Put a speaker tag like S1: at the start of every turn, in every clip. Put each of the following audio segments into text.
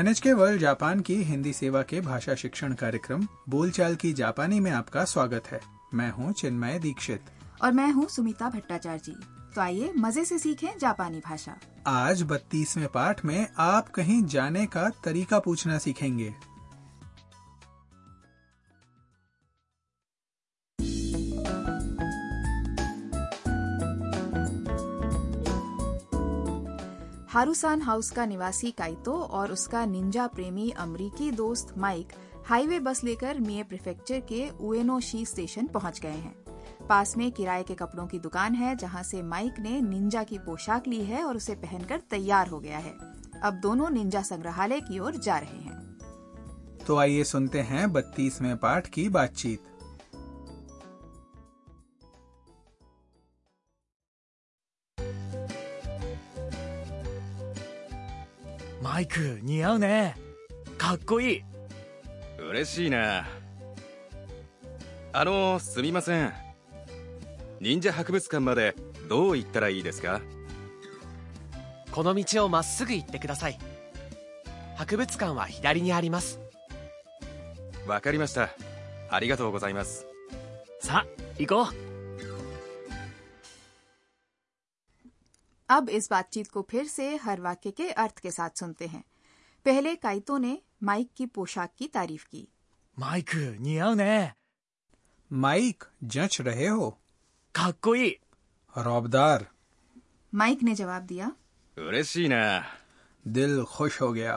S1: NHK World Japan की हिंदी सेवा के भाषा शिक्षण कार्यक्रम बोलचाल की जापानी में आपका स्वागत है मैं हूं चिन्मय दीक्षित
S2: और मैं हूँ सुमिता भट्टाचार्य जी तो आइए मजे से सीखें जापानी भाषा
S1: आज 32वें पाठ में आप कहीं जाने का तरीका पूछना सीखेंगे
S2: हारूसान हाउस का निवासी काइतो और उसका निंजा प्रेमी अमरीकी दोस्त माइक हाईवे बस लेकर मिए प्रिफेक्चर के उएनोशी स्टेशन पहुंच गए हैं पास में किराए के कपड़ों की दुकान है जहां से माइक ने निंजा की पोशाक ली है और उसे पहनकर तैयार हो गया है अब दोनों निंजा संग्रहालय की ओर जा रहे हैं
S1: तो आइए सुनते हैं 32वें पाठ की बातचीत
S3: マイク似合うねかっこいい
S4: 嬉しいなあのすみません忍者博物館までどう行ったらいいですか
S3: この道をまっすぐ行ってください博物館は左にあります
S4: わかりましたありがとうございます
S3: さあ行こう
S2: अब इस बातचीत को फिर से हर वाक्य के अर्थ के साथ सुनते हैं पहले काइतो ने माइक की पोशाक की तारीफ की
S3: マイク似合うね
S1: माइक जच रहे हो
S3: かっこいい
S1: रौबदार
S2: माइक ने जवाब दिया
S4: 嬉しいな
S1: दिल खुश हो गया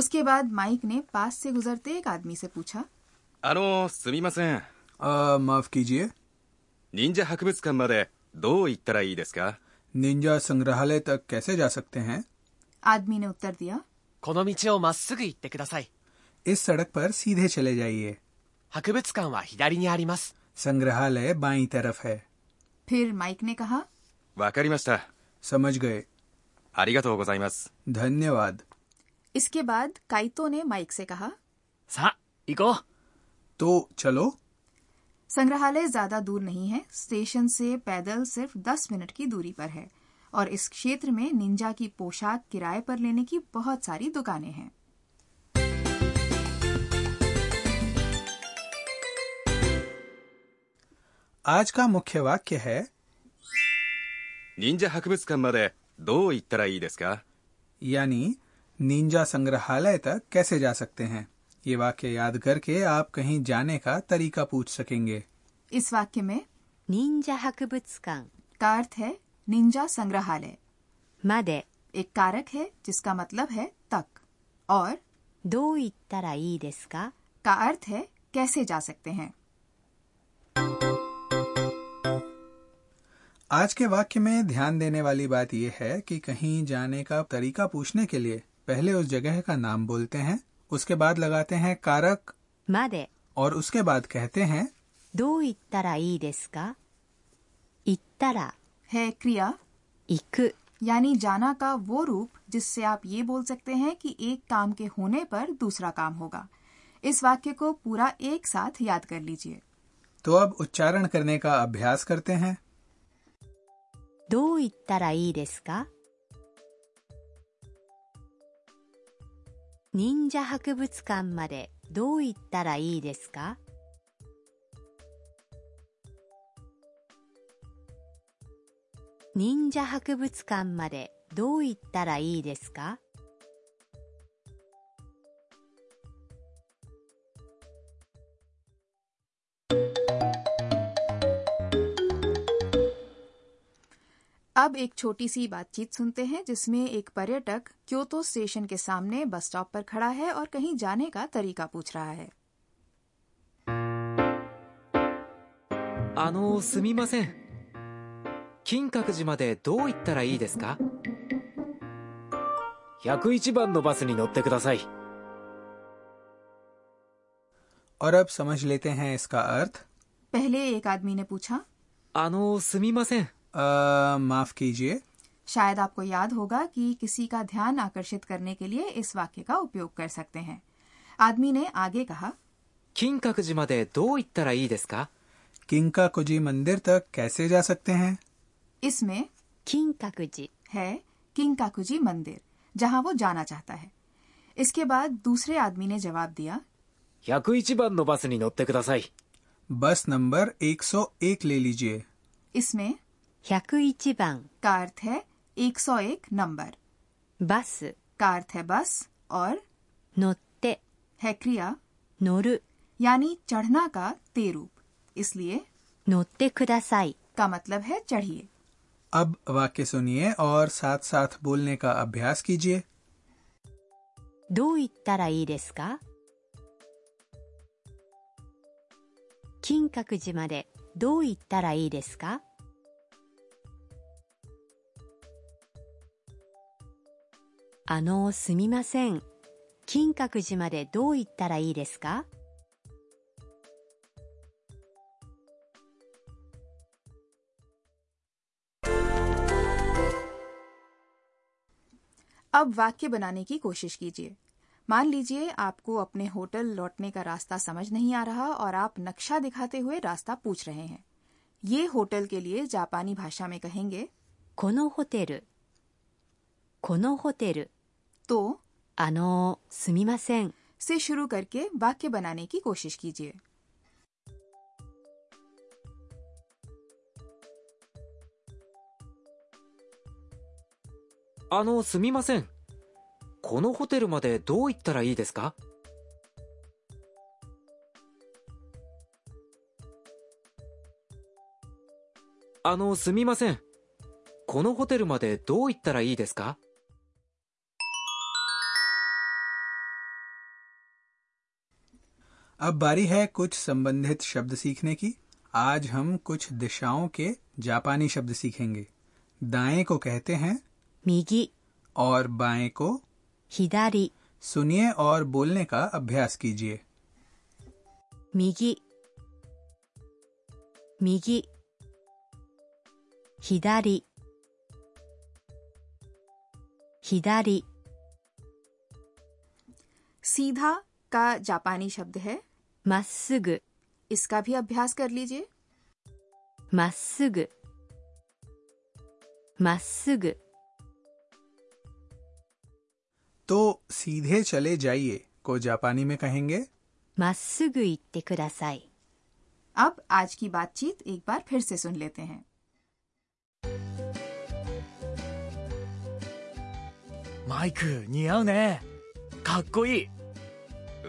S2: उसके बाद माइक ने पास से गुजरते एक आदमी से पूछा
S4: あのすみません
S1: आ, माफ कीजिए
S4: 忍者博物館までどう行ったらいいですか
S1: निंजा संग्रहालय तक कैसे जा सकते हैं
S2: आदमी ने उत्तर दिया
S3: この道をまっすぐ行ってください
S1: इस सड़क पर सीधे चले जाइए
S3: 博物館は左にあります
S1: संग्रहालय बाईं तरफ है
S2: फिर माइक ने कहा
S4: わかりました。
S1: समझ गए
S4: ありがとうございます。
S1: धन्यवाद
S2: इसके बाद काइतो ने माइक से कहा
S3: さあ行こう
S1: तो चलो
S2: संग्रहालय ज्यादा दूर नहीं है स्टेशन से पैदल सिर्फ दस मिनट की दूरी पर है और इस क्षेत्र में निंजा की पोशाक किराए पर लेने की बहुत सारी दुकानें हैं
S1: आज का मुख्य वाक्य है
S4: 忍者博物館までどう行ったらいいですか
S1: यानी निंजा संग्रहालय तक कैसे जा सकते हैं ये वाक्य याद करके आप कहीं जाने का तरीका पूछ सकेंगे
S2: इस वाक्य में
S5: 忍者博物館
S2: का अर्थ है निंजा संग्रहालय
S5: まで
S2: एक कारक है जिसका मतलब है तक और
S5: どう行ったらいいですか
S2: का अर्थ है कैसे जा सकते हैं
S1: आज के वाक्य में ध्यान देने वाली बात यह है कि कहीं जाने का तरीका पूछने के लिए पहले उस जगह का नाम बोलते हैं उसके बाद लगाते हैं कारक
S5: まで
S1: और उसके बाद कहते हैं
S5: どう行ったらいいですか行ったら
S2: है क्रिया
S5: 行く
S2: यानी जाना का वो रूप जिससे आप ये बोल सकते हैं कि एक काम के होने पर दूसरा काम होगा इस वाक्य को पूरा एक साथ याद कर लीजिए
S1: तो अब उच्चारण करने का अभ्यास करते हैं
S5: どう行ったらいいですか忍者博物館までどう行ったらいいですか忍者博物館までどう行ったらいいですか
S2: अब एक छोटी सी बातचीत सुनते हैं जिसमें एक पर्यटक क्योतो स्टेशन के सामने बस स्टॉप पर खड़ा है और कहीं जाने का तरीका पूछ रहा है
S6: あのすみません金閣寺までどう行ったらいいですか101番のバスに乗ってください
S1: और अब समझ लेते हैं इसका अर्थ
S2: पहले एक आदमी ने पूछा
S6: あのすみません
S1: अ, माफ कीजिए
S2: शायद आपको याद होगा कि किसी का ध्यान आकर्षित करने के लिए इस वाक्य का उपयोग कर सकते हैं आदमी ने आगे कहा
S6: 金閣寺までどう行ったらいいですか
S1: किंका कुजी मंदिर तक कैसे जा सकते हैं
S2: इसमें
S5: 金閣寺
S2: है किंकाकुजी मंदिर जहां वो जाना चाहता है इसके बाद दूसरे आदमी ने जवाब दिया
S6: 101番のバスに乗ってください
S1: बस नंबर 101 ले लीजिए
S2: इसमें
S5: 101番
S2: का अर्थ है 101 नंबर
S5: バス
S2: का अर्थ है बस और
S5: 乗って
S2: है क्रिया
S5: 乗る
S2: यानी चढ़ना का ते रूप इसलिए
S5: 乗ってください
S2: का मतलब है चढ़िए
S1: अब वाक्य सुनिए और साथ साथ बोलने का अभ्यास कीजिए
S5: どう言ったらいいですか金閣寺までどう言ったらいいですかあのすみません金閣寺までどう言ったらいいですか
S2: अब वाक्य बनाने की कोशिश कीजिए मान लीजिए आपको अपने होटल लौटने का रास्ता समझ नहीं आ रहा और आप नक्शा दिखाते हुए रास्ता पूछ रहे हैं ये होटल के लिए जापानी भाषा में कहेंगे
S5: このホテルこのホテル
S2: तो
S5: あのすみません
S2: से शुरू करके वाक्य बनाने की कोशिश कीजिए
S6: あのすみませんこのホテルまでどう行ったらいいですかあのすみませんこのホテルまでどう行ったらいいですか
S1: अब बारी है कुछ संबंधित शब्द सीखने की आज हम कुछ दिशाओं के जापानी शब्द सीखेंगे दाएं को कहते हैं
S5: 右
S1: और बाएं को
S5: 左
S1: सुनिए और बोलने का अभ्यास कीजिए
S5: 右右左左
S2: सीधा का जापानी शब्द है
S5: まっすぐ
S2: इसका भी अभ्यास कर लीजिए
S5: まっすぐまっすぐ
S1: तो सीधे चले जाइए को जापानी में कहेंगे
S5: まっすぐ行ってください
S2: अब आज की बातचीत एक बार फिर से सुन लेते हैं
S3: マイク似合うねかっこいい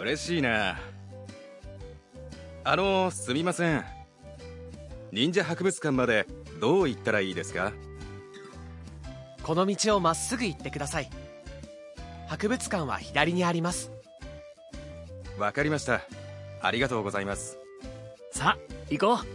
S4: 嬉しいなあのすみません忍者博物館までどう行ったらいいですか
S3: この道をまっすぐ行ってください博物館は左にあります
S4: わかりましたありがとうございます
S3: さあ行こう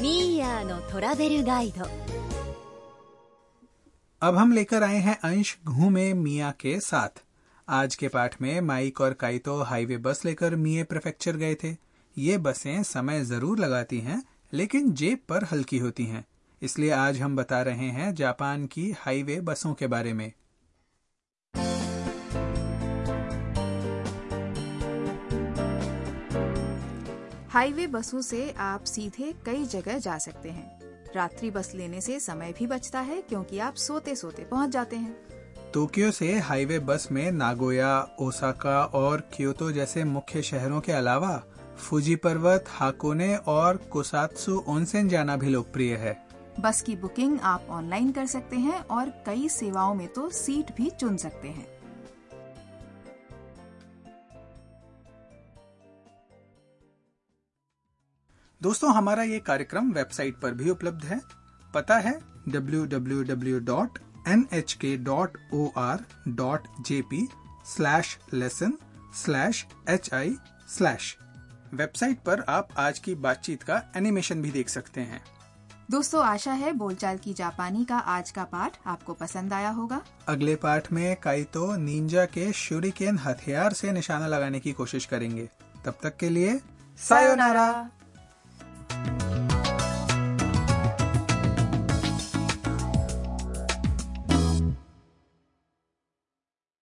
S5: ミーヤーのトラベルガイド
S1: अब हम लेकर आए हैं अंश घूमे मिया के साथ आज के पाठ में माइक और काइतो हाईवे बस लेकर मिए प्रेफेक्चर गए थे ये बसें समय जरूर लगाती हैं लेकिन जेब पर हल्की होती हैं इसलिए आज हम बता रहे हैं जापान की हाईवे बसों के बारे में
S2: हाईवे बसों से आप सीधे कई जगह जा सकते हैं रात्रि बस लेने से समय भी बचता है क्योंकि आप सोते सोते पहुंच जाते हैं
S1: टोक्यो से हाईवे बस में नागोया ओसाका और क्योतो जैसे मुख्य शहरों के अलावा फुजी पर्वत हाकोने और कोसात्सु ओनसेन जाना भी लोकप्रिय है
S2: बस की बुकिंग आप ऑनलाइन कर सकते हैं और कई सेवाओं में तो सीट भी चुन सकते हैं
S1: दोस्तों हमारा ये कार्यक्रम वेबसाइट पर भी उपलब्ध है पता है www.nhk.or.jp slash lesson slash hi slash website पर आप आज की बातचीत का एनिमेशन भी देख सकते हैं
S2: दोस्तों आशा है बोलचाल की जापानी का आज का पाठ आपको पसंद आया होगा
S1: अगले पाठ में काइतो निंजा के शुरिकेन हथियार से निशाना लगाने की कोशिश करेंगे तब तक के लिए सायोनारा